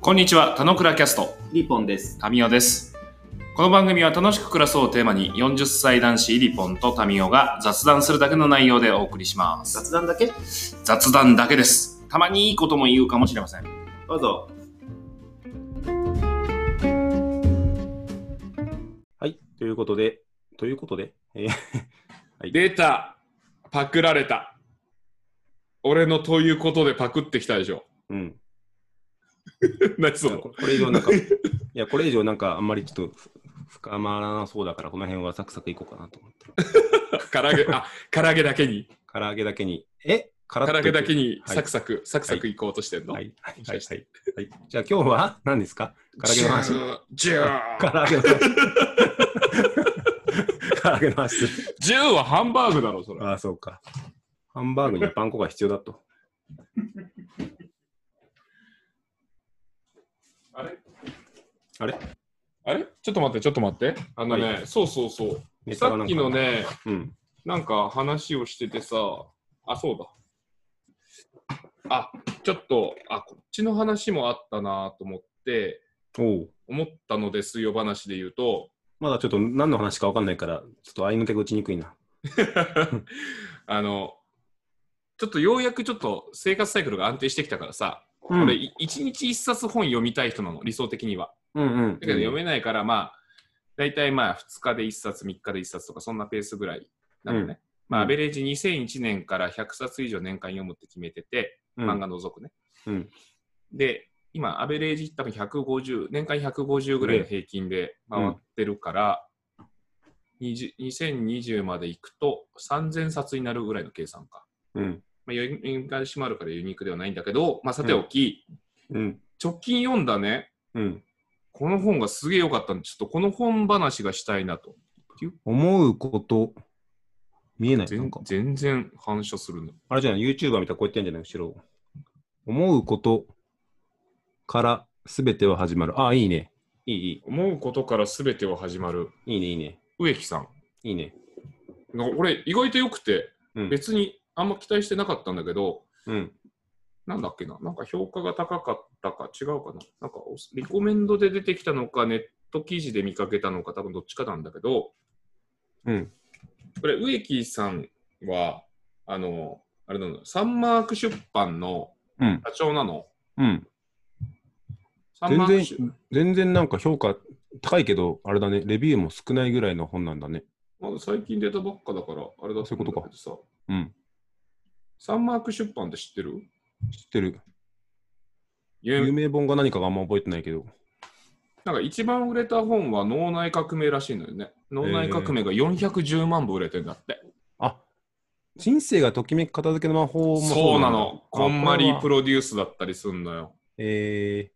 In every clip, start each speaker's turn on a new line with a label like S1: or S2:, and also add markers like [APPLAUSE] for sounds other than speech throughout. S1: こんにちは、田野倉キャスト、
S2: リポンです。
S1: タミオです。この番組は楽しく暮らそうをテーマに、40歳男子リポンとタミオが雑談するだけの内容でお送りします。
S2: 雑談だけど
S1: 雑談だけです。たまにいいことも言うかもしれません。
S2: うぞ。
S3: はい。ということで、ということで、
S4: [LAUGHS]
S3: えー
S4: 出たパクられた俺のということでパクってきたでしょ [LAUGHS]
S3: うん。
S4: 何そ
S3: いやこ
S4: の
S3: これ以上なんか、いや、これ以上なんかあんまりちょっとふ深まらなそうだから、この辺はサクサクいこうかなと思って。
S4: 唐揚げあ唐揚げだ
S3: [LAUGHS]
S4: けに
S3: 唐揚げだけに、え唐
S4: 唐揚げだけ
S3: に。
S4: に
S3: はい
S4: サクサク、サクサクいこうとしてんの、
S3: はい。はい。
S4: もし
S3: はい
S4: かして
S3: はいじゃあ今日は何ですか唐揚げの
S4: [LAUGHS]
S3: 話。
S4: ジュー
S3: [LAUGHS] 唐揚げの話。唐揚げの話。
S4: ジューはハンバーグだろそれ
S3: ああ、そうか。ハンバーグにはパン粉が必要だと。
S4: あれ
S3: あれ
S4: あれちょっと待ってちょっと待ってあのね、
S3: は
S4: そうそうそう
S3: ネタ
S4: さ
S3: がなん
S4: っ
S3: か
S4: きの。ね
S3: うん。
S4: なんか話をしててさあそうだあちょっとあこっちの話もあったなと思って
S3: おう
S4: 思ったのですよ話で言うと [LAUGHS]
S3: まだちょっと何の話かわかんないから、ちょっと合いの手が打ちにくいな。
S4: あのちょっとようやくちょっと生活サイクルが安定してきたからさ、
S3: うん
S4: 俺い一日一冊本読みたい人なの理想的には
S3: うんうん。
S4: だけど読めないからまあ大体まあ2日で1冊3日で1冊とかそんなペースぐらいなのね、
S3: うん
S4: まあ
S3: うん
S4: アベレージ2001年から100冊以上年間読むって決めてて
S3: うん
S4: 漫画除くね、
S3: うん
S4: で今アベレージ多分150年間150ぐらいの平均で回ってるから、20 2020まで行くと3000冊になるぐらいの計算か、
S3: うん。
S4: まあ、読み返しもあるからユニークではないんだけど、まあ、さておき、
S3: うん。
S4: 直近読んだね
S3: うん。
S4: この本がすげえ良かったんでちょっとこの本話がしたいなと
S3: 思うこと、見えない。な
S4: 全
S3: んか
S4: 全然反射するの
S3: あれじゃない ?YouTuber みたいなこうやってんじゃない後ろ。思うことから全ては始まる。あ、いいね。いい、い
S4: 思うことから全ては始まる
S3: い。いいね、いいね。
S4: 植木さん
S3: いいね。
S4: なんか俺意外と良くて、
S3: うん
S4: 別にあんま期待してなかったんだけど
S3: うん。
S4: なんだっけな、なんか評価が高かったか、違うかな、なんかおリコメンドで出てきたのか、ネット記事で見かけたのか、多分どっちかなんだけど、
S3: うん。
S4: これ、植木さんは、あの、あれなの、サンマーク出版の
S3: うん。
S4: 社長なの。
S3: うん。
S4: サンマ
S3: 全
S4: ーク出
S3: 然、全然なんか評価高いけど、あれだね。レビューも少ないぐらいの本なんだね。
S4: まだ最近出たばっかだから、あれだと思うんだけどさ、
S3: うん。
S4: サンマーク出版って知ってる
S3: 知ってる。
S4: 有
S3: 有
S4: 名
S3: 名本が何かがあんま覚えてないけど。
S4: なんか一番売れた本は脳内革命らしいのよね。脳内革命が410万部売れてんだって。
S3: あ、人生がときめく片付けの魔法も
S4: そうな
S3: だ
S4: の。こんまりプ
S3: ロ。
S4: ロデュースだったりすんのよ。
S3: えー、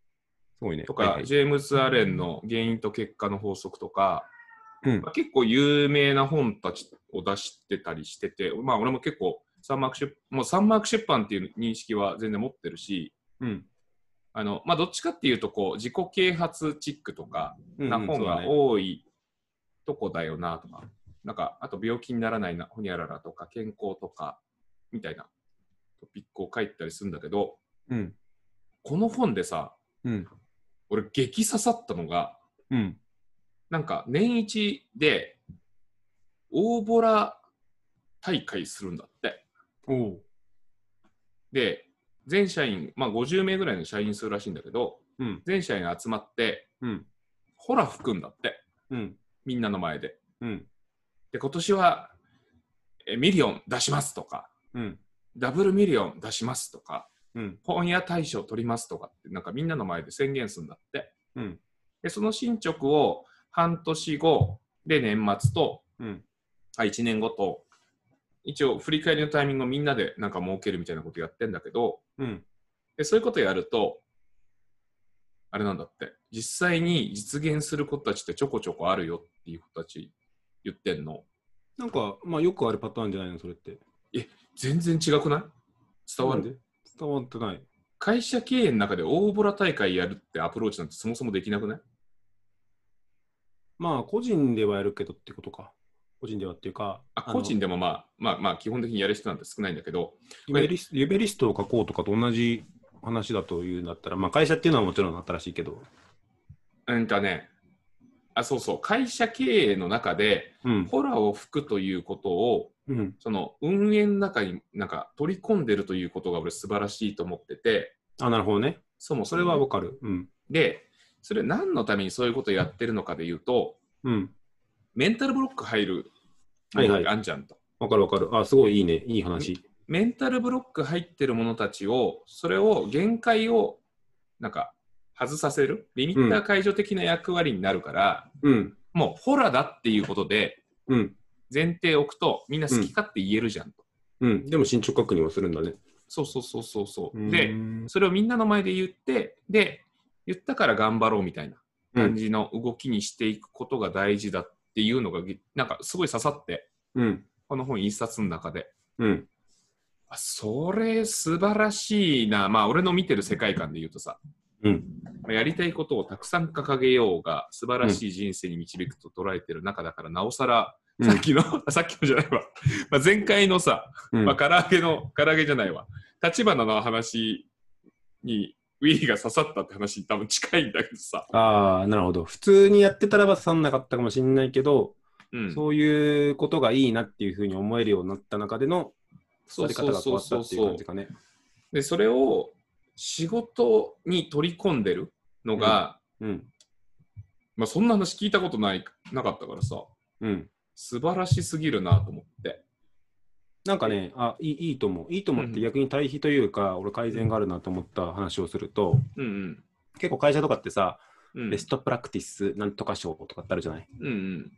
S3: すごいね。
S4: とか、
S3: はいはい
S4: ジェームズ・アレンの原因と結果の法則とか、
S3: うん
S4: まあ、結構有名な本たちを出してたりしてて、まあ俺も結構サンマーク出、もうサンマーク出版っていう認識は全然持ってるし、
S3: うん。
S4: あのまあ、どっちかっていうとこう自己啓発チックとか
S3: うん
S4: な本
S3: う
S4: が
S3: ん
S4: 多いとこだよなとか、なんかあと病気にならないなほにゃららとか健康とかみたいなトピックを書いてたりするんだけど
S3: うん。
S4: この本でさ
S3: うん。
S4: 俺激刺さったのが
S3: うん。
S4: なんか年一で大ボラ大会するんだって。
S3: おう。
S4: で、全社員、まあ50名ぐらいの社員数らしいんだけど、
S3: うん。
S4: 全社員が集まって、
S3: うん。
S4: ホラ吹くんだって、
S3: うん。
S4: みんなの前で。
S3: うん。
S4: で、今年はえミリオン出しますとか、
S3: うん。
S4: ダブルミリオン出しますとか、
S3: うん。
S4: 本屋大賞取りますとかって、なんかみんなの前で宣言するんだって。
S3: うん。
S4: で、その進捗を半年後で年末と
S3: うん。
S4: あ1年後と、一応振り返りのタイミングをみんなでなんか設けるみたいなことやってんだけど、
S3: うん。
S4: でそういうことやると、あれなんだって、実際に実現する子たちってちょこちょこあるよっていう子たち言ってんの。
S3: なんか、まあよくあるパターンじゃないの、それって。
S4: 全然違くない伝わる、
S3: なんで伝わってない。
S4: 会社経営の中で大ボラ大会やるってアプローチなんてそもそもできなくない
S3: まあ、個人ではやるけどってことか。個人ではっていうか、
S4: あ個人
S3: で
S4: でもまあ、まあまあ基本的にやる人なんて少ないんだけど、
S3: 夢リス夢リストを書こうとかと同じ話だというんだったら、まあ、会社っていうのはもちろん新しいけど、
S4: うんとね、あ、そうそう、会社経営の中で、
S3: うん、
S4: ホラーを吹くということを、
S3: うん、
S4: その運営の中になんか取り込んでるということが俺素晴らしいと思ってて、
S3: あ、なるほどね。
S4: そもそ
S3: それ
S4: もね
S3: はわかる。うん、
S4: で、それ何のためにそういうことをやってるのかで言うと、
S3: うん、
S4: メンタルブロック入る
S3: はいはい
S4: あんじゃんと。
S3: わかるわかる。あ、すごいいいね、いい話。
S4: メンタルブロック入ってる者たちを、それを限界をなんか外させる、リミッター解除的な役割になるから、
S3: うん、
S4: もうホラーだっていうことで
S3: うん、
S4: 前提を置くと、みんな好き勝手言えるじゃんと。
S3: うん。でも進捗確認はするんだね。
S4: そうそうそうそうそう。
S3: う
S4: で、
S3: ん
S4: それをみんなの前で言って、で、言ったから頑張ろうみたいな感じの動きにしていくことが大事だっていうのが、ぎなんかすごい刺さって、
S3: うん、
S4: この本一冊の中で。
S3: うん、
S4: あそれ素晴らしいな。まあ、俺の見てる世界観で言うとさ、
S3: うん、
S4: まあやりたいことをたくさん掲げようが素晴らしい人生に導くと捉えてる中だから、なおさら、
S3: うん
S4: さっきの、 [LAUGHS] さっきのじゃないわ。まあ、前回のさ、
S3: うん。
S4: まあ、唐揚げの、唐揚げじゃないわ。立花の話に、ウィリーが刺さったって話に多分近いんだけどさ。
S3: ああ、なるほど。普通にやってたらば刺さんなかったかもしれないけど、
S4: うん。
S3: そういうことがいいなっていうふうに思えるようになった中での
S4: そう
S3: 刺さり方が変わったっていう感じかね。
S4: で、それを仕事に取り込んでるのが、
S3: うん、
S4: まあ、そんな話聞いたことない、なかったからさ、
S3: うん。
S4: 素晴らしすぎるなと思って。
S3: なんかね、あいいいいと思う。いいと思っ
S4: う
S3: て
S4: ん
S3: 逆に対比というか、俺改善があるなと思った話をすると、
S4: うん
S3: 結構会社とかってさ、
S4: うん。うん
S3: ベストプラクティスなんとか賞とかってあるじゃない。
S4: うんうん。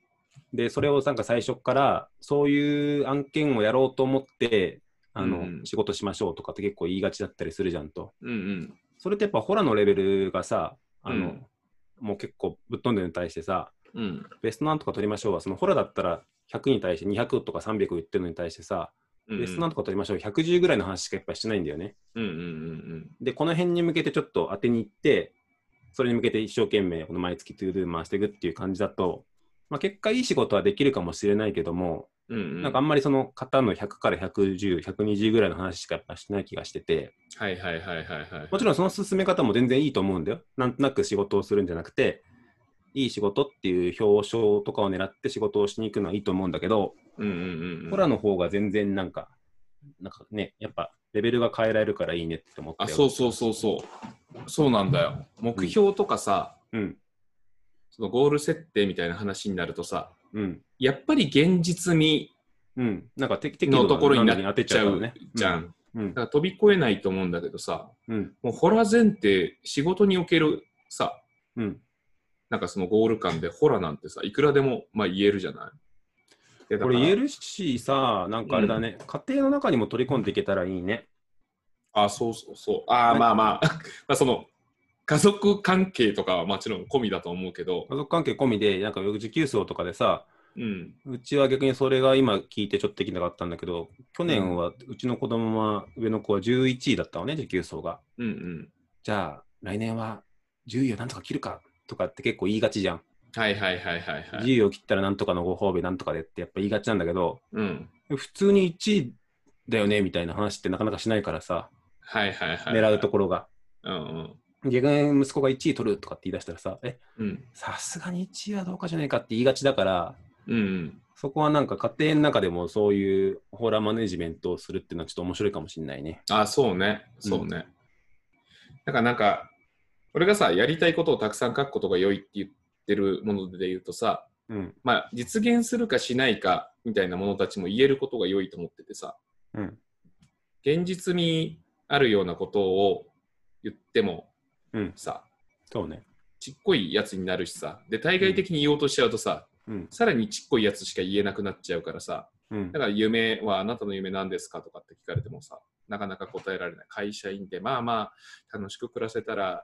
S3: で、それをなんか最初から、そういう案件をやろうと思って、あの、
S4: うん
S3: 仕事しましょうとかって結構言いがちだったりするじゃんと。
S4: うんうん。
S3: それってやっぱホラーのレベルがさ、あの、
S4: うん
S3: もう結構ぶっ飛んでるのに対してさ、
S4: うん
S3: ベストなんとか取りましょうは、そのホラーだったら100に対して200とか300言ってるのに対してさ、
S4: うん。
S3: ベストなんとか取りましょう110ぐらいの話しかやっぱしてないんだよね。
S4: うんうんうん
S3: で、この辺に向けてちょっと当てに行って、それに向けて一生懸命この毎月トゥードゥー回していくっていう感じだと、まあ、結果いい仕事はできるかもしれないけども、
S4: うん。うんうん。
S3: なんかあんまりその型の100から110、120ぐらいの話しかやっぱしてない気がしてて、
S4: はいはいはいはいはい。
S3: もちろんその進め方も全然いいと思うんだよ。なんとなく仕事をするんじゃなくて、いい仕事っていう表彰とかを狙って仕事をしに行くのはいいと思うんだけど、
S4: うんうんうん。
S3: ホラーの方が全然なんか、なんかね、やっぱレベルが変えられるからいいねって思った
S4: あ、
S3: よ。
S4: そうそうそうそう。そうなんだよ。目標とかさ、
S3: うん。
S4: そのゴール設定みたいな話になるとさ、
S3: うん。
S4: やっぱり現実味
S3: うん。なんか適適度
S4: の
S3: な
S4: ところに
S3: 何
S4: な
S3: 々
S4: っちゃうじゃ
S3: うん。
S4: ん。
S3: うん
S4: だから飛び越えないと思うんだけどさ、
S3: うん。
S4: もうホラー前提、仕事におけるさ、
S3: うん。
S4: なんかそのゴール感でホラーなんてさ、いくらでもまあ言えるじゃない。
S3: これ言え
S4: る
S3: るしさ、なんかあれだね、家庭の中にも取り込んでいけたらいいね。
S4: あ、そうそうそう。あー、
S3: ね
S4: まあまあ、 [LAUGHS] まあその、家族関係とかはもちろん込みだと思うけど、
S3: 家族関係込みで、なんか時給層とかでさ、
S4: うん。
S3: うちは逆にそれが今聞いてちょっとできなかったんだけど、去年はうちの子供は、上の子は11位だったのね、時給層が。
S4: うんうん。
S3: じゃあ、来年は10位をなんとか切るかとかって結構言いがちじゃん。
S4: はいはいはいはいはい。
S3: 10位を切ったらなんとかのご褒美なんとかでってやっぱ言いがちなんだけど、
S4: うん。
S3: 普通に1位だよねみたいな話ってなかなかしないからさ、
S4: はいはいはい。
S3: 狙うところが。
S4: うんうん。
S3: 逆に息子が1位取るとかって言い出したらさ、え、
S4: うん。
S3: さすがに1位はどうかじゃないかって言いがちだから、
S4: うん。
S3: そこはなんか家庭の中でもそういうホーラーマネジメントをするっていうのはちょっと面白いかもしれないね。
S4: あ、そうね。そうね。だからなんか、俺がさ、やりたいことをたくさん書くことが良いって言ってるもので言うとさ、
S3: うん。
S4: まあ、実現するかしないかみたいなものたちも言えることが良いと思っててさ、
S3: うん。
S4: 現実味あるようなことを言っても
S3: うん
S4: さ、
S3: そうね。
S4: ちっこいやつになるしさ、で、対外的に言おうとしちゃうとさ、
S3: うん。
S4: さらにちっこいやつしか言えなくなっちゃうからさ、
S3: うん
S4: だ。から夢はあなたの夢なんですかとかって聞かれてもさ、なかなか答えられない。会社員で、まあまあ、楽しく暮らせたら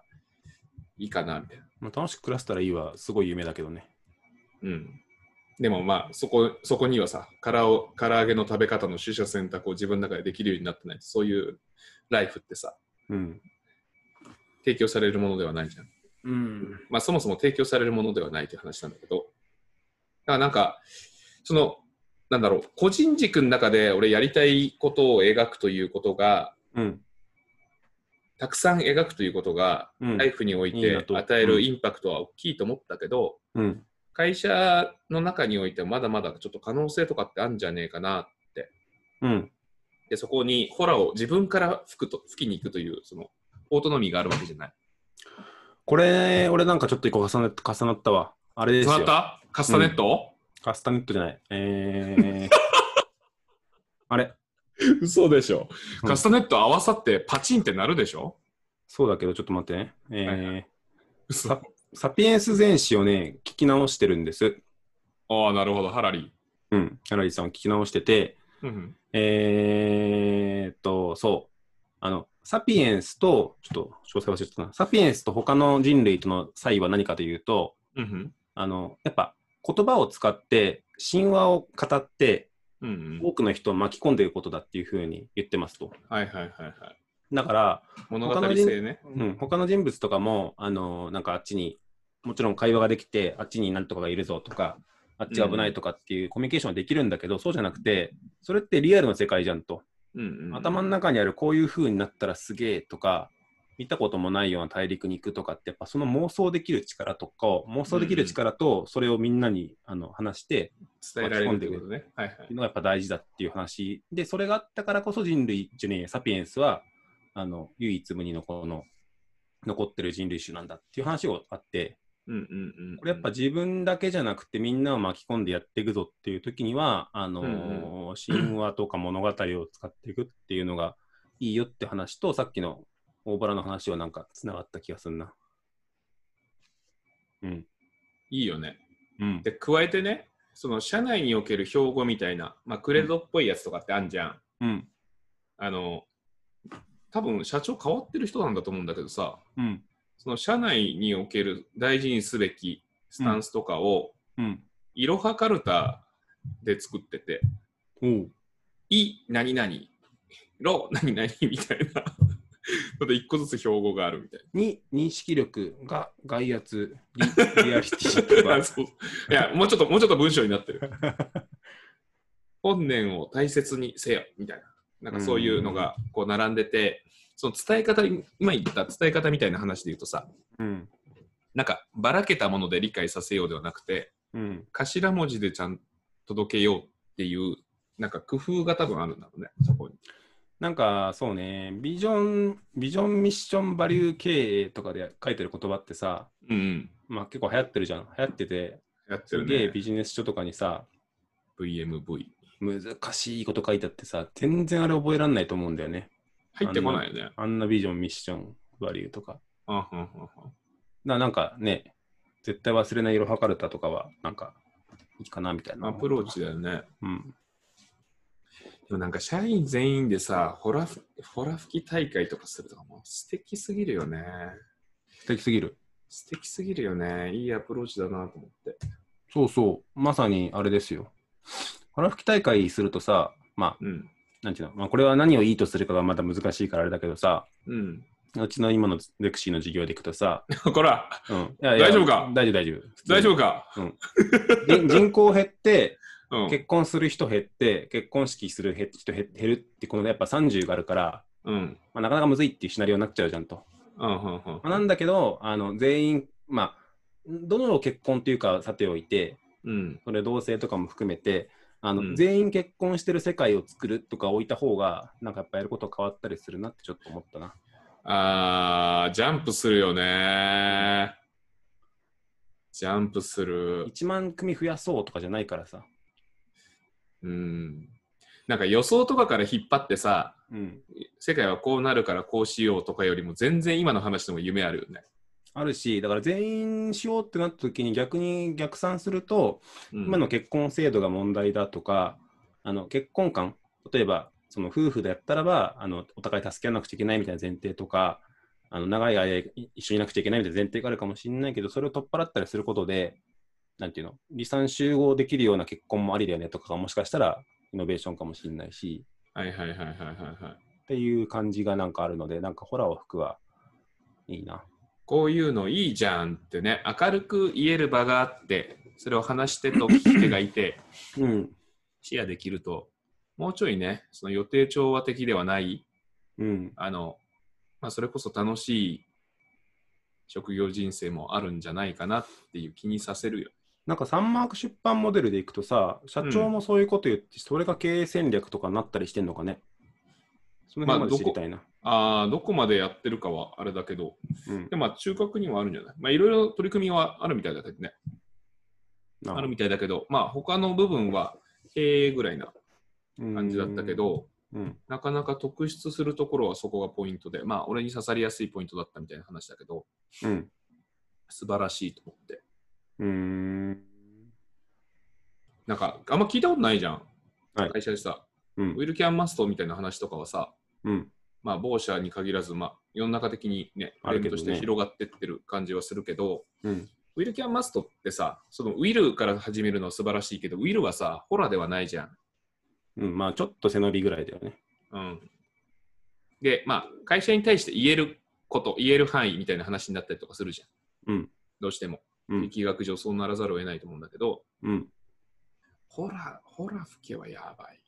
S4: いいかな、みたいな。
S3: まあ、楽しく暮らせたらいいはすごい夢だけどね。
S4: うん。でもまあ、そこ、そこにはさ、からを唐揚げの食べ方の取捨選択を自分の中でできるようになってないと、そういうライフってさ、
S3: うん。
S4: 提供されるものではないじゃん。
S3: うん。
S4: まあ、そもそも提供されるものではないという話なんだけど、だからなんか、その、なんだろう、個人軸の中で俺やりたいことを描くということが、
S3: うん。
S4: たくさん描くということが、
S3: うん
S4: ライフにおい
S3: いいな
S4: て
S3: と
S4: 与えるインパクトは大きいと思ったけど、
S3: うん。
S4: 会社の中においてはまだまだちょっと可能性とかってあるんじゃねえかな
S3: うん。
S4: でそこにホラーを自分から吹くと吹きに行くというそのオートノミーがあるわけじゃない。
S3: これ、俺なんかちょっと一個重なった重なったわ。あれです
S4: そ
S3: よ。
S4: なたカスタネット、
S3: カスタネットじゃない。えー、 [LAUGHS] あれ
S4: 嘘でしょ。
S3: うん
S4: カスタネット合わさってパチンってなるでしょ
S3: そうだけど、ちょっと待ってね。えー
S4: はいは嘘。あ
S3: サピエンス全史をね、聞き直してるんです。
S4: あ、なるほど、ハラリ
S3: うん。ハラリーさんを聞き直してて、
S4: ー。うん
S3: えーっと、そう。あの、サピエンスと、ちょっと詳細忘れちゃったな。サピエンスと他の人類との差異は何かというと、
S4: うん。うん
S3: あの、やっぱ言葉を使って、神話を語って、
S4: うん。うんうん。
S3: 多くの人を巻き込んでいくことだっていうふうに言ってますと。
S4: はいはいはいはい。
S3: だから、
S4: 物語性ね。
S3: うん、他の人物とかも、あのなんかあっちに、もちろん会話ができて、あっちになんとかがいるぞとか、あっちが危ないとかっていうコミュニケーションはできるんだけど、そうじゃなくて、それってリアルの世界じゃんと。
S4: うんうん、
S3: 頭の中にあるこういう風になったらすげえとか、見たこともないような大陸に行くとかって、やっぱその妄想できる力とかを、妄想できる力と、それをみんなにあの話して、
S4: 伝えられるってことね。はいはい
S3: っていう。のがやっぱ大事だっていう話で、それがあったからこそ人類、ジュニア、サピエンスは、あの、唯一無二のこの、残ってる人類種なんだっていう話をあって、
S4: うんうんうん。
S3: これやっぱ自分だけじゃなくてみんなを巻き込んでやっていくぞっていう時には、あのー神話とか物語を使っていくっていうのがいいよって話と、さっきの大原の話はなんかつながった気がするな。うん。
S4: いいよね。
S3: うん。
S4: で、加えてね、その社内における標語みたいな、まあ、クレードっぽいやつとかってあんじゃん。
S3: うん。
S4: あの、多分社長変わってる人なんだと思うんだけどさ、
S3: うん。
S4: その社内における大事にすべきスタンスとかを、
S3: うん。
S4: いろはかるたで作ってて、
S3: おう。
S4: い、何々、ろ、何々みたいな。 [LAUGHS] ので一個ずつ標語があるみたい
S3: に認識力が外圧リリアリティと
S4: な。
S3: か
S4: あ [LAUGHS] そういや、もうちょっと、もうちょっと文章になってる。本年を大切にせよ、みたいな。なんかそういうのが、こう並んでて、その伝え方、今言った伝え方みたいな話で言うとさ、
S3: [LAUGHS] うん
S4: なんかばらけたもので理解させようではなくて
S3: うん
S4: 頭文字でちゃんと届けようっていうなんか工夫が多分あるんだろうねそこに。
S3: なんかそうねビジョンビジョンミッションバリュー経営とかで書いてる言葉ってさ
S4: うん、うん、
S3: まあ結構流行ってるじゃん流行ってて
S4: やって
S3: す
S4: る
S3: げえ
S4: ね
S3: ビジネス書とかにさ
S4: VMV
S3: 難しいこと書いてあってさ全然あれ覚えらんないと思うんだよね
S4: 入ってこないよね。
S3: あんなビジョンミッションバリューとか
S4: あはんはんはん
S3: ななんかね絶対忘れない色はかるたとかはなんかいいかなみたいな
S4: アプローチだよね。
S3: うん
S4: でもなんか社員全員でさホラふホラ吹き大会とかするとかもう素敵すぎるよね。
S3: 素敵すぎる
S4: 素敵すぎるよね。いいアプローチだなと思って。
S3: そうそう、まさにあれですよ。腹吹き大会するとさ、まあ、
S4: うん。
S3: なんていうの、まあ、これは何をいいとするかがまだ難しいからあれだけどさ、
S4: うん。 [LAUGHS]
S3: うちの今のレクシーの授業でいくとさ、
S4: こら
S3: うん、いやいや
S4: 大丈夫か
S3: 大丈夫、大丈夫。
S4: 大丈夫か
S3: 夫人人口減って、
S4: うん。
S3: 結婚する人減って、結婚式するへ人減減るって、このやっぱ30があるから、
S4: うん。
S3: まあ、なかなかむずいっていうシナリオになっちゃうじゃんと。
S4: うん。うん。うん
S3: まあなんだけど、あの全員、まあ、どの結婚というかさておいて、
S4: うん。
S3: それ同性とかも含めてあの、
S4: うん
S3: 全員結婚してる世界を作るとか置いた方がなんかやっぱやること変わったりするなってちょっと思ったな
S4: あー、ジャンプするよね。ジャンプする。
S3: 1万組増やそうとかじゃないからさ
S4: うん。なんか予想とかから引っ張ってさ、
S3: うん
S4: 世界はこうなるからこうしようとかよりも全然今の話でも夢あるよね。
S3: あるしだから全員しようってなった時に逆に逆算すると、
S4: うん
S3: 今の結婚制度が問題だとかあの結婚観例えばその夫婦でやったらばあのお互い助け合わなくちゃいけないみたいな前提とかあの長い間い一緒にいなくちゃいけないみたいな前提があるかもしれないけどそれを取っ払ったりすることでなんていうの離散集合できるような結婚もありだよねとかがもしかしたらイノベーションかもしれないし
S4: はいはいはいはいはいはい。
S3: っていう感じがなんかあるのでなんかホラーを吹くはいいな
S4: こういうのいいじゃんってね、明るく言える場があって、それを話してと聞き手がいて、
S3: うん
S4: シェアできると、もうちょいね、その予定調和的ではない、
S3: うん
S4: あの、まあ、それこそ楽しい職業人生もあるんじゃないかなっていう気にさせるよ。
S3: なんかサンマーク出版モデルでいくとさ、社長もそういうこと言って、それが経営戦略とかになったりしてんのかね。その辺まで知りたいな。
S4: ああ、どこまでやってるかはあれだけど、
S3: うん
S4: でもまあ中核にはあるんじゃないまあいろいろ取り組みはあるみたいだけどね。あるみたいだけど、まあ他の部分は経営ぐらいな感じだったけ、ど、
S3: うんうん
S4: なかなか特筆するところはそこがポイントで、まあ俺に刺さりやすいポイントだったみたいな話だけど、
S3: うん
S4: 素晴らしいと思って。
S3: うん
S4: なんかあんま聞いたことないじゃん。
S3: はい
S4: 会社でさ、
S3: うん
S4: ウィルキャンマストみたいな話とかはさ、
S3: うん
S4: まあ某社に限らず、まあ世の中的にね、
S3: あ
S4: あれ
S3: るけど
S4: と
S3: ね
S4: して広がってってる感じはするけど、
S3: うん
S4: ウィルキャンマストってさ、そのウィルから始めるのは素晴らしいけど、ウィルはさ、ホラーではないじゃん。
S3: うん、まあちょっと背伸びぐらいだよね。
S4: うん。で、まあ、会社に対して言えること、言える範囲みたいな話になったりとかするじゃん。
S3: うん。
S4: どうしても。
S3: うん
S4: 力学上そうならざるを得ないと思うんだけど、
S3: うん。
S4: ホラー、ホラー吹けはやばい。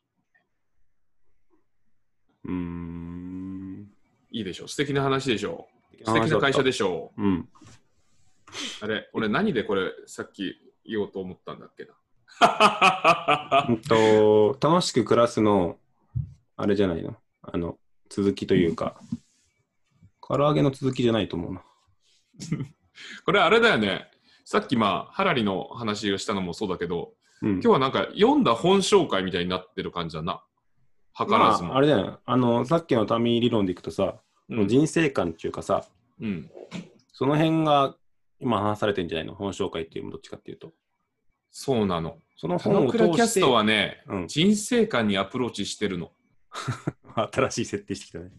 S3: うーん。
S4: いいでしょ。素敵な話でしょ。素敵な会社でしょ
S3: あー。そうだったうん。
S4: あれ、俺何でこれさっき言おうと思ったんだっけな。 [LAUGHS]
S3: うんと、楽しく暮らすの、あれじゃないの。あの、続きというか、唐揚げの続きじゃないと思うな。
S4: これあれだよね。さっきまあ、ハラリの話をしたのもそうだけど、
S3: うん。
S4: 今日はなんか読んだ本紹介みたいになってる感じだな。図らずも。
S3: まあ、あれだよね。あの、さっきのタミー理論でいくとさ、
S4: うん
S3: 人生観っていうかさ、
S4: うん。
S3: その辺が今話されてんじゃないの本紹介っていうのどっちかっていうと。
S4: そうなの。
S3: その
S4: 田
S3: 本
S4: 之
S3: を通し
S4: 倉
S3: て
S4: キャストはね、
S3: うん、
S4: 人生観にアプローチしてるの。
S3: [LAUGHS] 新しい設定してきたね。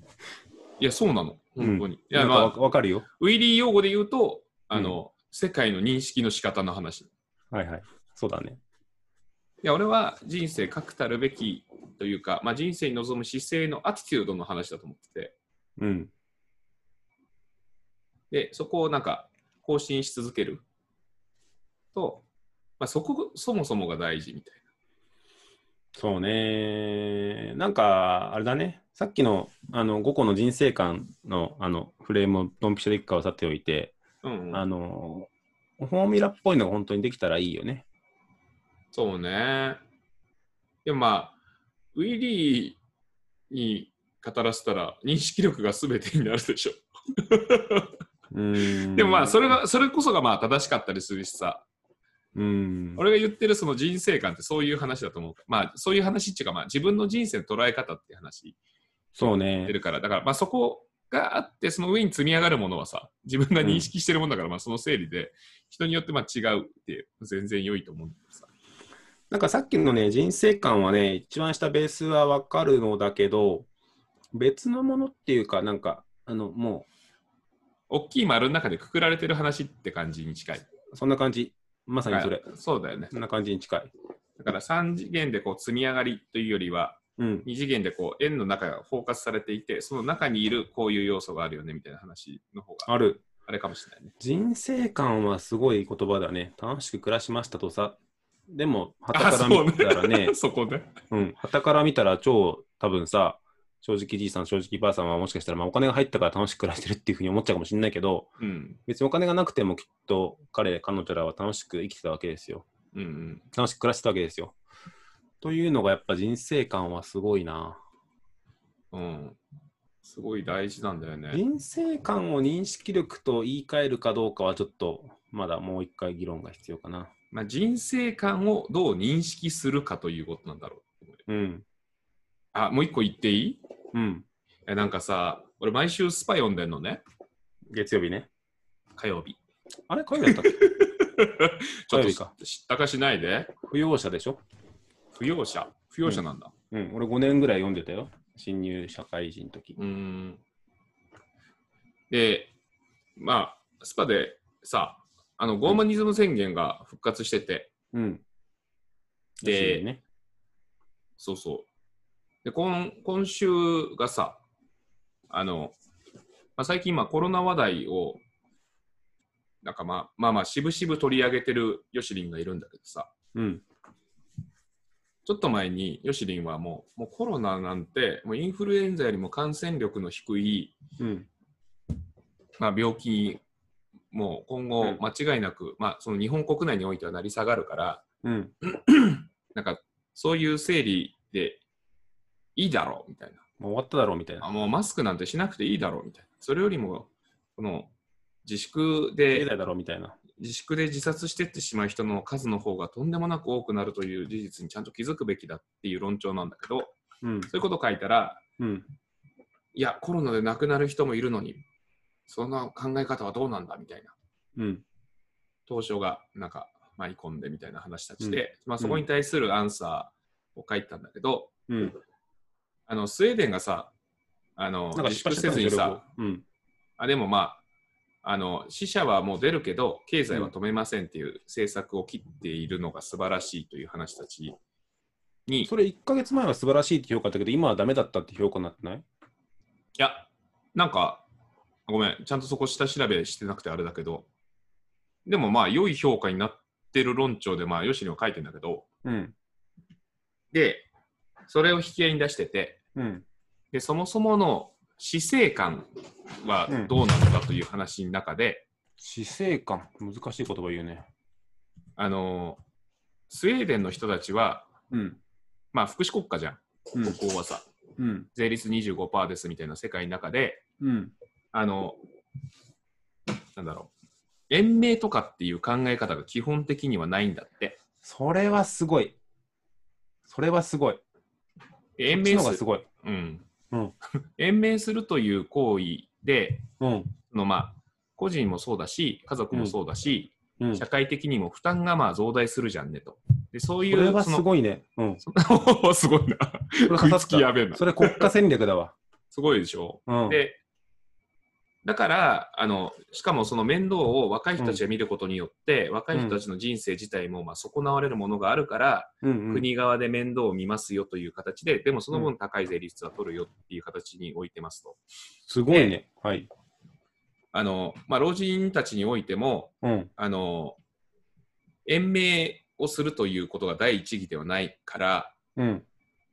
S4: いや、そうなの。本当に。い
S3: いや、
S4: や、
S3: まあ、
S4: まあ、
S3: わかるよ。
S4: ウィリー用語で言うと、あの、世界の認識の仕方の話。い
S3: はいはい。そうだね。
S4: や、俺は人生確たるべきというか、まあ、人生に臨む姿勢のアティチュードの話だと思って
S3: うん。
S4: て、で、そこをなんか、更新し続けると、まあ、そこ、そもそもが大事みたい
S3: そうね。なんか、あれだね。さっきのあの5個の人生観のあのフレームをドンピシャでいくかはさておいて、
S4: な。うん、う
S3: あ
S4: ん。
S3: の、フォーミュラっぽいのが本当にできたらいいよね。
S4: そうね。でもまあ、ウィリーに語らせたら認識力が全てになるでしょ。
S3: うん
S4: でもまあそれ、がそれこそがまあ正しかったりするしさ
S3: うん。
S4: 俺が言ってるその人生観ってそういう話だと思うまあそういう話っていうかまあ自分の人生の捉え方っていう話
S3: そう
S4: 出
S3: ね
S4: て。るからだからまあそこがあってその上に積み上がるものはさ自分が認識してるものだからまあその整理で人によってまあ違うって全然良いと思うんだけどさ
S3: なんかさっきのね、人生観はね、一番下ベースはわかるのだけど、別のものっていうか、なんか、あの、も
S4: 大きい丸の中でくくられてる話って感じに近い
S3: うん、そんな感じ。まさにそれ。
S4: そうだよね
S3: そんな感じに近い。
S4: だから3次元でこう積み上がりというよりは
S3: うん。
S4: 2次元でこう円の中が包括されていてその中にいるこういう要素があるよねみたいな話の方が
S3: ある。
S4: あれかもしれないね。
S3: 人生観はすごい言葉だね。楽しく暮らしましたとさ。でも、は
S4: あ、
S3: から見たらね
S4: [LAUGHS] そこね。
S3: うん、はから見たら超多分さ、正直じいさん、正直ばあさんはもしかしたら、まあ、お金が入ったから楽しく暮らしてるっていうふうに思っちゃうかもしれないけど、
S4: うん。
S3: 別にお金がなくてもきっと彼、彼女らは楽しく生きてたわけですよ。
S4: うんうん。
S3: 楽しく暮らしてたわけですよ。というのがやっぱ人生観はすごいな。
S4: うん。すごい大事なんだよね。
S3: 人生観を認識力と言い換えるかどうかはちょっとまだもう一回議論が必要かな。
S4: まあ、人生観をどう認識するかということなんだろ
S3: う
S4: う。
S3: ん。
S4: あ、もう一個言っていい
S3: うん。
S4: えなんかさ、俺毎週スパ読んでんのね。
S3: 月曜日ね。
S4: 火曜日。 [LAUGHS]
S3: あれ火曜日だったっけ
S4: ち
S3: 火
S4: ょ
S3: 曜日
S4: っ
S3: か
S4: と知ったかしないで。
S3: 扶養者でしょ
S4: 扶養者。扶養者なんだ。
S3: うん。俺5年ぐらい読んでたよ。新入社会人の時。
S4: うーん。で、まあ、スパでさ、あの、ゴーマニズム宣言が復活してて、
S3: うん。
S4: で
S3: 新入ね。
S4: そうそう。で、今今週がさ、あの、まあ、最近今コロナ話題を、なんかまあまあまあ、しぶしぶ取り上げてるヨシリンがいるんだけどさ、
S3: うん。
S4: ちょっと前にヨシリンはもうもうコロナなんて、もうインフルエンザよりも感染力の低い
S3: うん。
S4: まあ、病気も今後
S3: うん
S4: 間違いなく、まあ、その日本国内においては成り下がるから
S3: うん。
S4: なんかそういう整理でいいだろうみたいな
S3: もう終わっただろうみたいな。
S4: あもうマスクなんてしなくていいだろうみたいなそれよりもこの自粛
S3: 経
S4: で
S3: 済だろうみたいな。
S4: 自粛で自殺してってしまう人の数の方がとんでもなく多くなるという事実にちゃんと気づくべきだっていう論調なんだけど
S3: うん。
S4: そういうこと書いたら
S3: うん。
S4: いやコロナで亡くなる人もいるのにそんな考え方はどうなんだみたいな
S3: うん。
S4: 東証がなんか舞い込んでみたいな話たちで、まあ、そこに対するアンサーを書いたんだけど、
S3: うん。
S4: あのスウェーデンがさあの
S3: なんか
S4: 自
S3: 失敗
S4: 粛
S3: してた
S4: せず
S3: ん
S4: に
S3: です
S4: さ
S3: よ。うん。
S4: あでもまああの死者はもう出るけど経済は止めませんっていう政策を切っているのが素晴らしいという話たちにい
S3: それ1ヶ月前は素晴らしいって評価だけど、今はダメだったって評価になってない
S4: やなんかごめんちゃんとそこ下調べしてなくてあれだけどでもまあ良い評価になってる論調でまあ吉野は書いてんだけど
S3: うん。
S4: でそれを引き合いに出してて
S3: うん。
S4: でそもそもの死生観はどうなのかという話の中で、
S3: 死生観。難しい言葉言うね。
S4: あのースウェーデンの人たちは、
S3: うん。
S4: まあ、福祉国家じゃん、
S3: うん
S4: ここはさ、
S3: うん。
S4: 税率25%ですみたいな世界の中で、
S3: うん。
S4: あのなんだろう、延命とかっていう考え方が基本的にはないんだって。
S3: それはすごい。それはすごい。
S4: で延
S3: そっち
S4: 命
S3: の方が
S4: す
S3: すごい。
S4: うん
S3: うん
S4: [LAUGHS] 延命するという行為で、
S3: うん。
S4: そのまあ、個人もそうだし、家族もそうだし、
S3: うん。
S4: 社会的にも負担がまあ増大するじゃんねと。でそうい
S3: これ
S4: う
S3: は
S4: そ
S3: す
S4: の
S3: ごいね。うん。
S4: [LAUGHS] すごいな。
S3: それ刺
S4: 食
S3: さ
S4: い
S3: っ
S4: つ
S3: た
S4: きやべえ
S3: [LAUGHS]
S4: な。
S3: それ国家戦略だわ。
S4: すごいでしょ。
S3: うん。
S4: でだからあのしかもその面倒を若い人たちが見ることによって、若い人たちの人生自体もまあ損なわれるものがあるから、
S3: うんうん、
S4: 国側で面倒を見ますよという形ででもその分高い税率は取るよっていう形に置いてますと。
S3: すごいね。はい。
S4: あのまあ、老人たちにおいても
S3: うん。
S4: あの延命をするということが第一義ではないから、
S3: うん。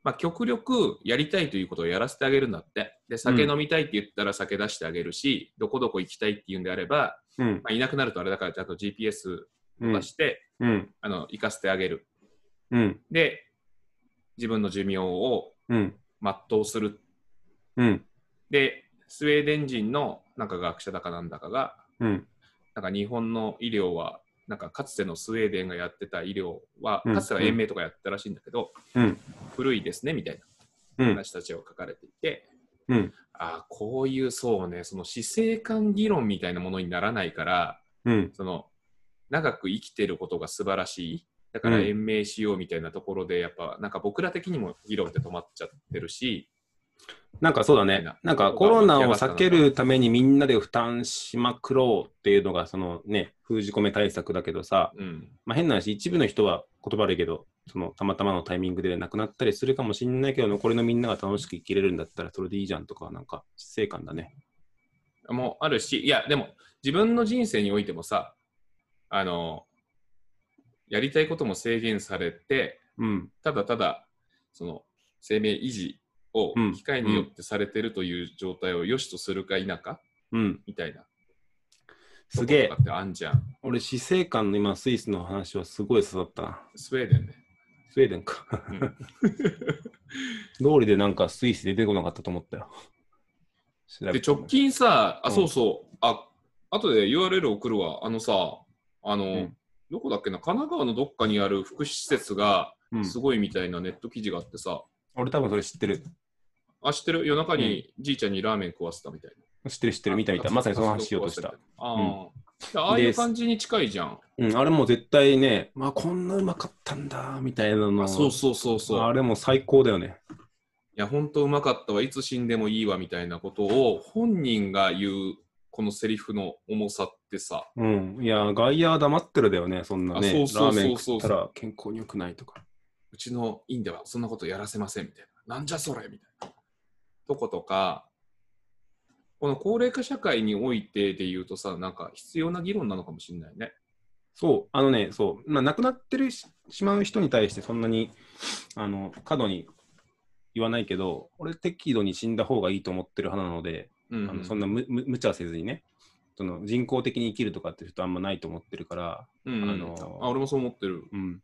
S4: まあ、極力やりたいということをやらせてあげるんだって。で、酒飲みたいって言ったら酒出してあげるし、どこどこ行きたいって言うんであれば、
S3: うん。
S4: まあ、いなくなるとあれだから、ちゃんと GPS
S3: う
S4: 出
S3: ん。
S4: して、
S3: うん。
S4: あの、行かせてあげる。
S3: うん。
S4: で、自分の寿命を
S3: うん。
S4: 全うする。
S3: うん。
S4: で、スウェーデン人のなんか学者だかなんだかが、
S3: うん。
S4: なんか日本の医療は、なんかかつてのスウェーデンがやってた医療は、
S3: うん
S4: かつては延命とかやってたらしいんだけど、
S3: うん
S4: 古いですね、みたいな。
S3: うん。
S4: 話たちを書かれていて、
S3: うん
S4: ああこういうそうねその死生観議論みたいなものにならないから
S3: うん。
S4: その長く生きてることが素晴らしいだから
S3: うん
S4: 延命しようみたいなところで、やっぱなんか僕ら的にも議論って止まっちゃってるし
S3: なんかそうだね。なんかコロナを避けるためにみんなで負担しまくろうっていうのが、そのね、封じ込め対策だけどさ、
S4: うん
S3: まあ変な話、一部の人は言葉悪いけど、そのたまたまのタイミングで亡くなったりするかもしんないけど、残りのみんなが楽しく生きれるんだったらそれでいいじゃんとか、なんか、死生観だね。
S4: もあるしいやでも自分の人生においてもさあのやりたいことも制限されて
S3: うん。
S4: ただただその生命維持を
S3: うん
S4: 機械によってされてるという状態を良しとするか否か
S3: うん。
S4: みたいな
S3: すげえ
S4: とこ。ろとかってあんじゃん。
S3: 俺、死生観の今、スイスの話はすごい刺さったな。
S4: スウェーデンね。
S3: スウェーデンか。 [LAUGHS] 道理でなんかスイスで出てこなかったと思ったよ。調べ
S4: で、
S3: ても
S4: 直近さ、あ、
S3: うん
S4: そうそう、あ、後で URL 送るわ。あのさ、あの、
S3: ん
S4: どこだっけな、神奈川のどっかにある福祉施設が
S3: うん、
S4: すごいみたいなネット記事があってさ、
S3: 俺多分それ知ってる。
S4: あ、知ってる夜中にじいちゃんにラーメン食わせたみたいな。
S3: 知ってる知ってる。見た見た。まさにその話しようとした。。
S4: あ
S3: うん
S4: ーでああいう感じに近いじゃん。
S3: うん、あれも絶対ね、まあこんなうまかったんだ、みたいなの。
S4: あそうそうそうそう。
S3: あれも最高だよね。
S4: いや、本当うまかったわ、いつ死んでもいいわみたいなことを本人が言う、このセリフの重さってさ、
S3: うん。いや、外野は黙ってるだよね、そんなね。
S4: あそうそうそうそ
S3: ラ
S4: う
S3: ーメン食ったら健康に良くないとか。
S4: うちの院ではそんなことやらせませんみたいな、なんじゃそれみたいなとことか、この高齢化社会においてで言うとさ、なんか必要な議論なのかもしれないね。
S3: そう、あのね、そう、まあ、亡くなってるししまう人に対してそんなにあの過度に言わないけど、俺、適度に死んだ方がいいと思ってる派なので、
S4: うん、
S3: あのそんなむむ無茶はせずにね、その人工的に生きるとかって人あんまないと思ってるから、
S4: うんうん
S3: あのー
S4: あ俺もそう思ってる。
S3: うん、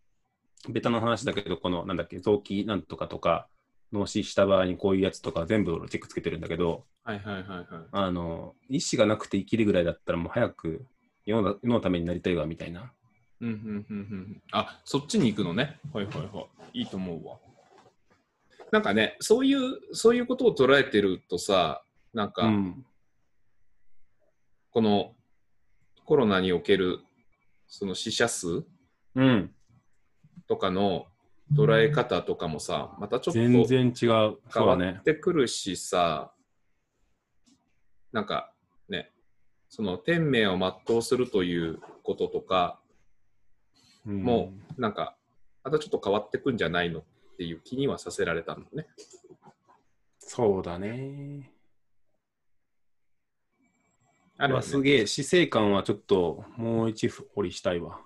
S3: ベタな話だけど、このなんだっけ、臓器なんとかとか、脳死した場合にこういうやつとか全部俺チェックつけてるんだけど、
S4: はいはいはいはい。
S3: あの意思がなくて生きるぐらいだったらもう早く世の世のためになりたいわみたいな。
S4: うんうんうんうんうん。あ、そっちに行くのね。はいはいはい。いいと思うわ。なんかね、そういう、そういうことを捉えてるとさ、なんか、
S3: うん、
S4: このコロナにおけるその死者数
S3: うん、
S4: とかの捉え方とかもさ、またちょっと
S3: 全然違う。
S4: 変
S3: そう
S4: わ
S3: だね
S4: っ。てくるしさ、なんかね、その天命を全うするということとか、
S3: うん
S4: もうなんか、またちょっと変わってくんじゃないのっていう気にはさせられたのね。
S3: そうだね。
S4: あ
S3: う
S4: れ
S3: わ
S4: はね
S3: す
S4: [LAUGHS]
S3: げえ、死生観はちょっともう一掘りしたいわ。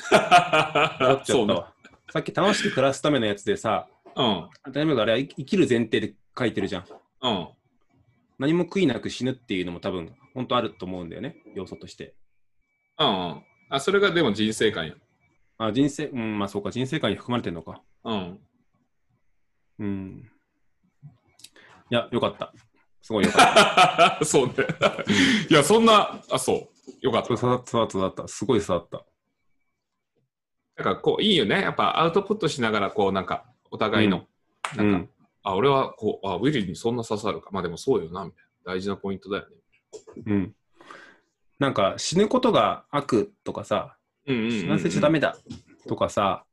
S3: ちょ
S4: そ
S3: っと
S4: うね。
S3: わさっき楽しく暮らすためのやつでさ、
S4: うん。
S3: 当たり前だあれは生き生きる前提で書いてるじゃん。
S4: うん。
S3: 何も悔いなく死ぬっていうのも多分本当あると思うんだよね要素として
S4: うん。あ、それがでも人生観や。
S3: あ人生うんまあそうか人生観に含まれてるのか
S4: うん。
S3: うんいやよかったすごいよかっ
S4: [LAUGHS] そうね。いや、そんな、あ、そう。よ [LAUGHS] かったた。
S3: そう刺さった刺さったすごい刺さった
S4: なんかこう、いいよね。やっぱアウトプットしながら、こう、なんか、お互いの、
S3: う
S4: なんか、
S3: ん
S4: あ、俺はこう、あ、ウィリーにそんな刺さるか。まあでもそうよな、みたいな。大事なポイントだよね。
S3: うんなんか死ぬことが悪とかさ
S4: うんうんうんうん
S3: 死なせちゃダメだとかさ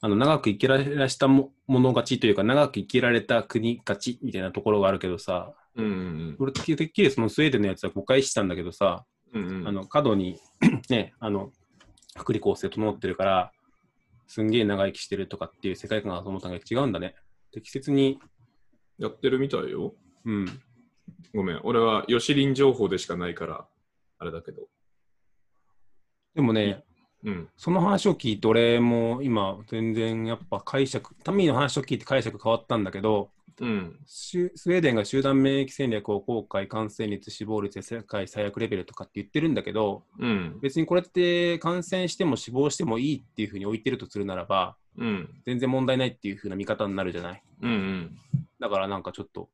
S3: あの長く生きられしたももの勝ちというか長く生きられた国勝ちみたいなところがあるけどさ
S4: うんうん
S3: 俺てっきりそのスウェーデンのやつは誤解してたんだけどさ
S4: うん。うんうん
S3: あの過度にね、あの福利厚生整ってるから、すんげえ長生きしてるとかっていう世界観がと思ったのが違うんだね。適切に、
S4: やってるみたいよ。
S3: うん、
S4: ごめん。俺は、ヨシリン情報でしかないから、あれだけど。
S3: でもね、
S4: うん。
S3: その話を聞いて、俺も今、全然やっぱ解釈、民の話を聞いて解釈変わったんだけど、
S4: うん。
S3: シュスウェーデンが集団免疫戦略を後悔、感染率、死亡率で世界最悪レベルとかって言ってるんだけど、
S4: うん。
S3: 別にこれって感染しても死亡してもいいっていうふうに置いてるとするならば、
S4: うん。
S3: 全然問題ないっていうふうな見方になるじゃない。
S4: うん [LAUGHS] うん。
S3: だからなんかちょっと、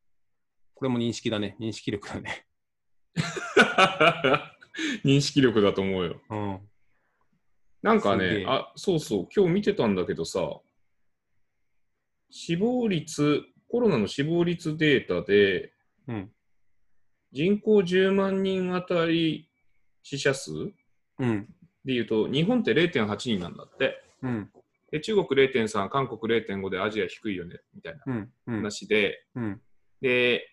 S3: これも認識だね。認識力だね。
S4: 認識力だと思うよ。
S3: うん。
S4: なんか
S3: すげ
S4: ね
S3: え、
S4: あ、そうそう、今日見てたんだけどさ、死亡率、コロナの死亡率データで、
S3: うん。
S4: 人口10万人あたり死者数
S3: うん。
S4: でいうと、日本って0.8人なんだって。
S3: うん。
S4: で、中国0.3、韓国0.5でアジア低いよね、みたいな
S3: うん。うん。
S4: 話で、
S3: うん。
S4: で、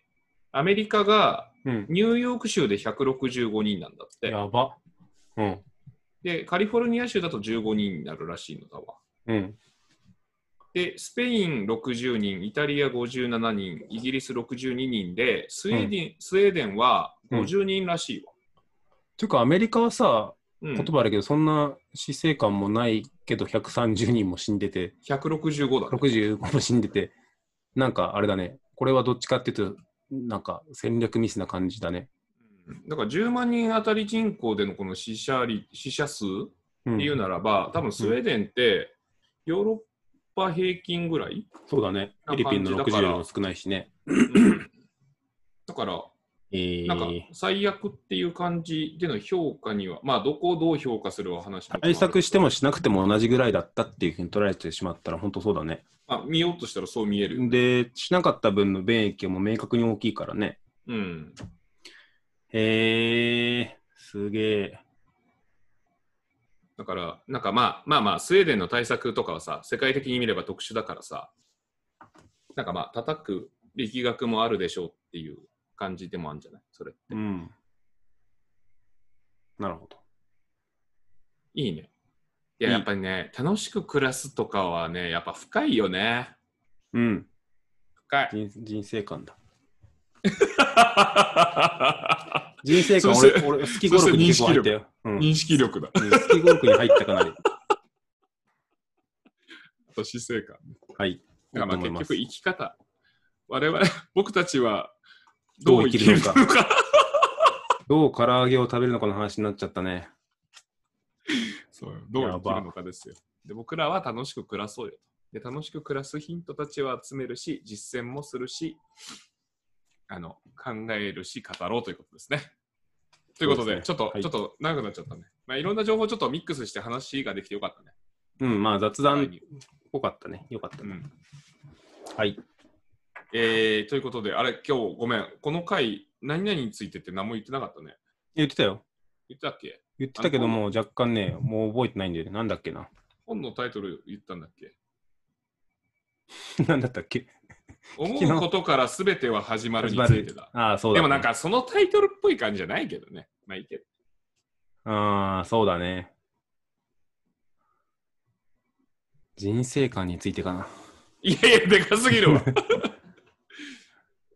S4: アメリカが
S3: うん。
S4: ニューヨーク州で165人なんだって。
S3: やば。うん。
S4: で、カリフォルニア州だと15人になるらしいのだわ。
S3: うん。
S4: で、スペイン60人、イタリア57人、イギリス62人で、スウェーデン,、スウェーデンは50人らしいわ。
S3: ていうか、アメリカはさ、
S4: うん
S3: 言葉あるけど、そんな死生観もないけど、130人も死んでて、
S4: 165だ、ね。
S3: 65も死んでて、なんかあれだね。これはどっちかっていうと、なんか戦略ミスな感じだね。
S4: うんだから10万人当たり人口でのこの死者率死者数
S3: うん
S4: っていうならば、多分スウェーデンってヨーロッパ平均ぐらい、
S3: そうだね。フィリピンの
S4: な感じだか
S3: 60
S4: ら
S3: よりも少ないしね。
S4: うんだから、
S3: えー、
S4: なんか最悪っていう感じでの評価には、まあ、どこをどう評価するは話もある
S3: 対策してもしなくても同じぐらいだったっていうふうに捉えてしまったら、本当そうだね。
S4: まあ、見ようとしたらそう見えるよね。
S3: で、しなかった分の便益も明確に大きいからね。
S4: うん
S3: へえ、すげえ。
S4: だから、なんかまあまあまあ、スウェーデンの対策とかはさ、世界的に見れば特殊だからさ、なんかまあ、叩く力学もあるでしょうっていう感じでもあるんじゃないそれって。
S3: うん。なるほど。
S4: いいね。いや、
S3: いい
S4: やっぱりね、楽しく暮らすとかはね、やっぱ深いよね。
S3: うん。
S4: 深
S3: [LAUGHS]
S4: い。
S3: 人人生観だ。人
S4: 人
S3: 生観、俺、俺、好きゴルフに結構入ったよ。うん。うん
S4: 認識力だ。
S3: 好きゴルフに入ったかなり。
S4: あと姿勢感。
S3: はい。
S4: [LAUGHS] だからまあ
S3: いいと思いま
S4: 結
S3: す
S4: 局生き方。我々、僕たちはどう生きるのか。
S3: どう唐揚げを食べるのかの話になっちゃったね。
S4: そうよどう
S3: や
S4: 生
S3: ば
S4: きるのかですよ。で、僕らは楽しく暮らそうよと。で、楽しく暮らすヒントたちは集めるし、実践もするし、あの、考えるし、語ろうということですね。ということで、
S3: そうですね
S4: ちょっと、
S3: はい
S4: ちょっと長くなっちゃったね。まあ、いろんな情報をちょっとミックスして話ができてよかったね。
S3: うん、まあ雑談っぽかったね。よかった
S4: う。ん。
S3: はい。
S4: えー、ということで、あれ、今日ごめん。この回、何々についてって何も言ってなかったね。
S3: 言ってたよ。
S4: 言ってたっけ
S3: 言ってたけども、若干ね、もう覚えてないんだよね。なんだっけな。 [LAUGHS]
S4: 本のタイトル言ったんだっけ
S3: なんだったっけ
S4: 思うことから全ては始まるについてだ。
S3: ああ、そう
S4: で
S3: だ、
S4: もなん。かそのタイトルっぽい感じじゃないけどね。まあいいけど。
S3: ああ、そうだね。人生観についてかな。
S4: [LAUGHS] いやいや、でかすぎる [LAUGHS] わ。い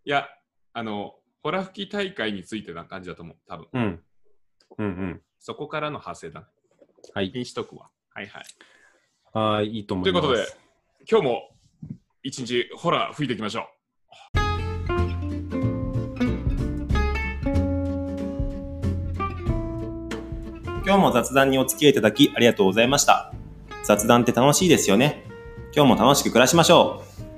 S4: や、あの、ホラ吹き大会についてな感じだと思う。多分
S3: うん。うんうん。
S4: そこからの派生だね。
S3: はい
S4: 気にしとくわ。はいはい。
S3: ああ、いいと思います。
S4: ということで今日も一日ホラ吹いていきましょう。
S2: 今日も雑談にお付き合いいただきありがとうございました。雑談って楽しいですよね。今日も楽しく暮らしましょう。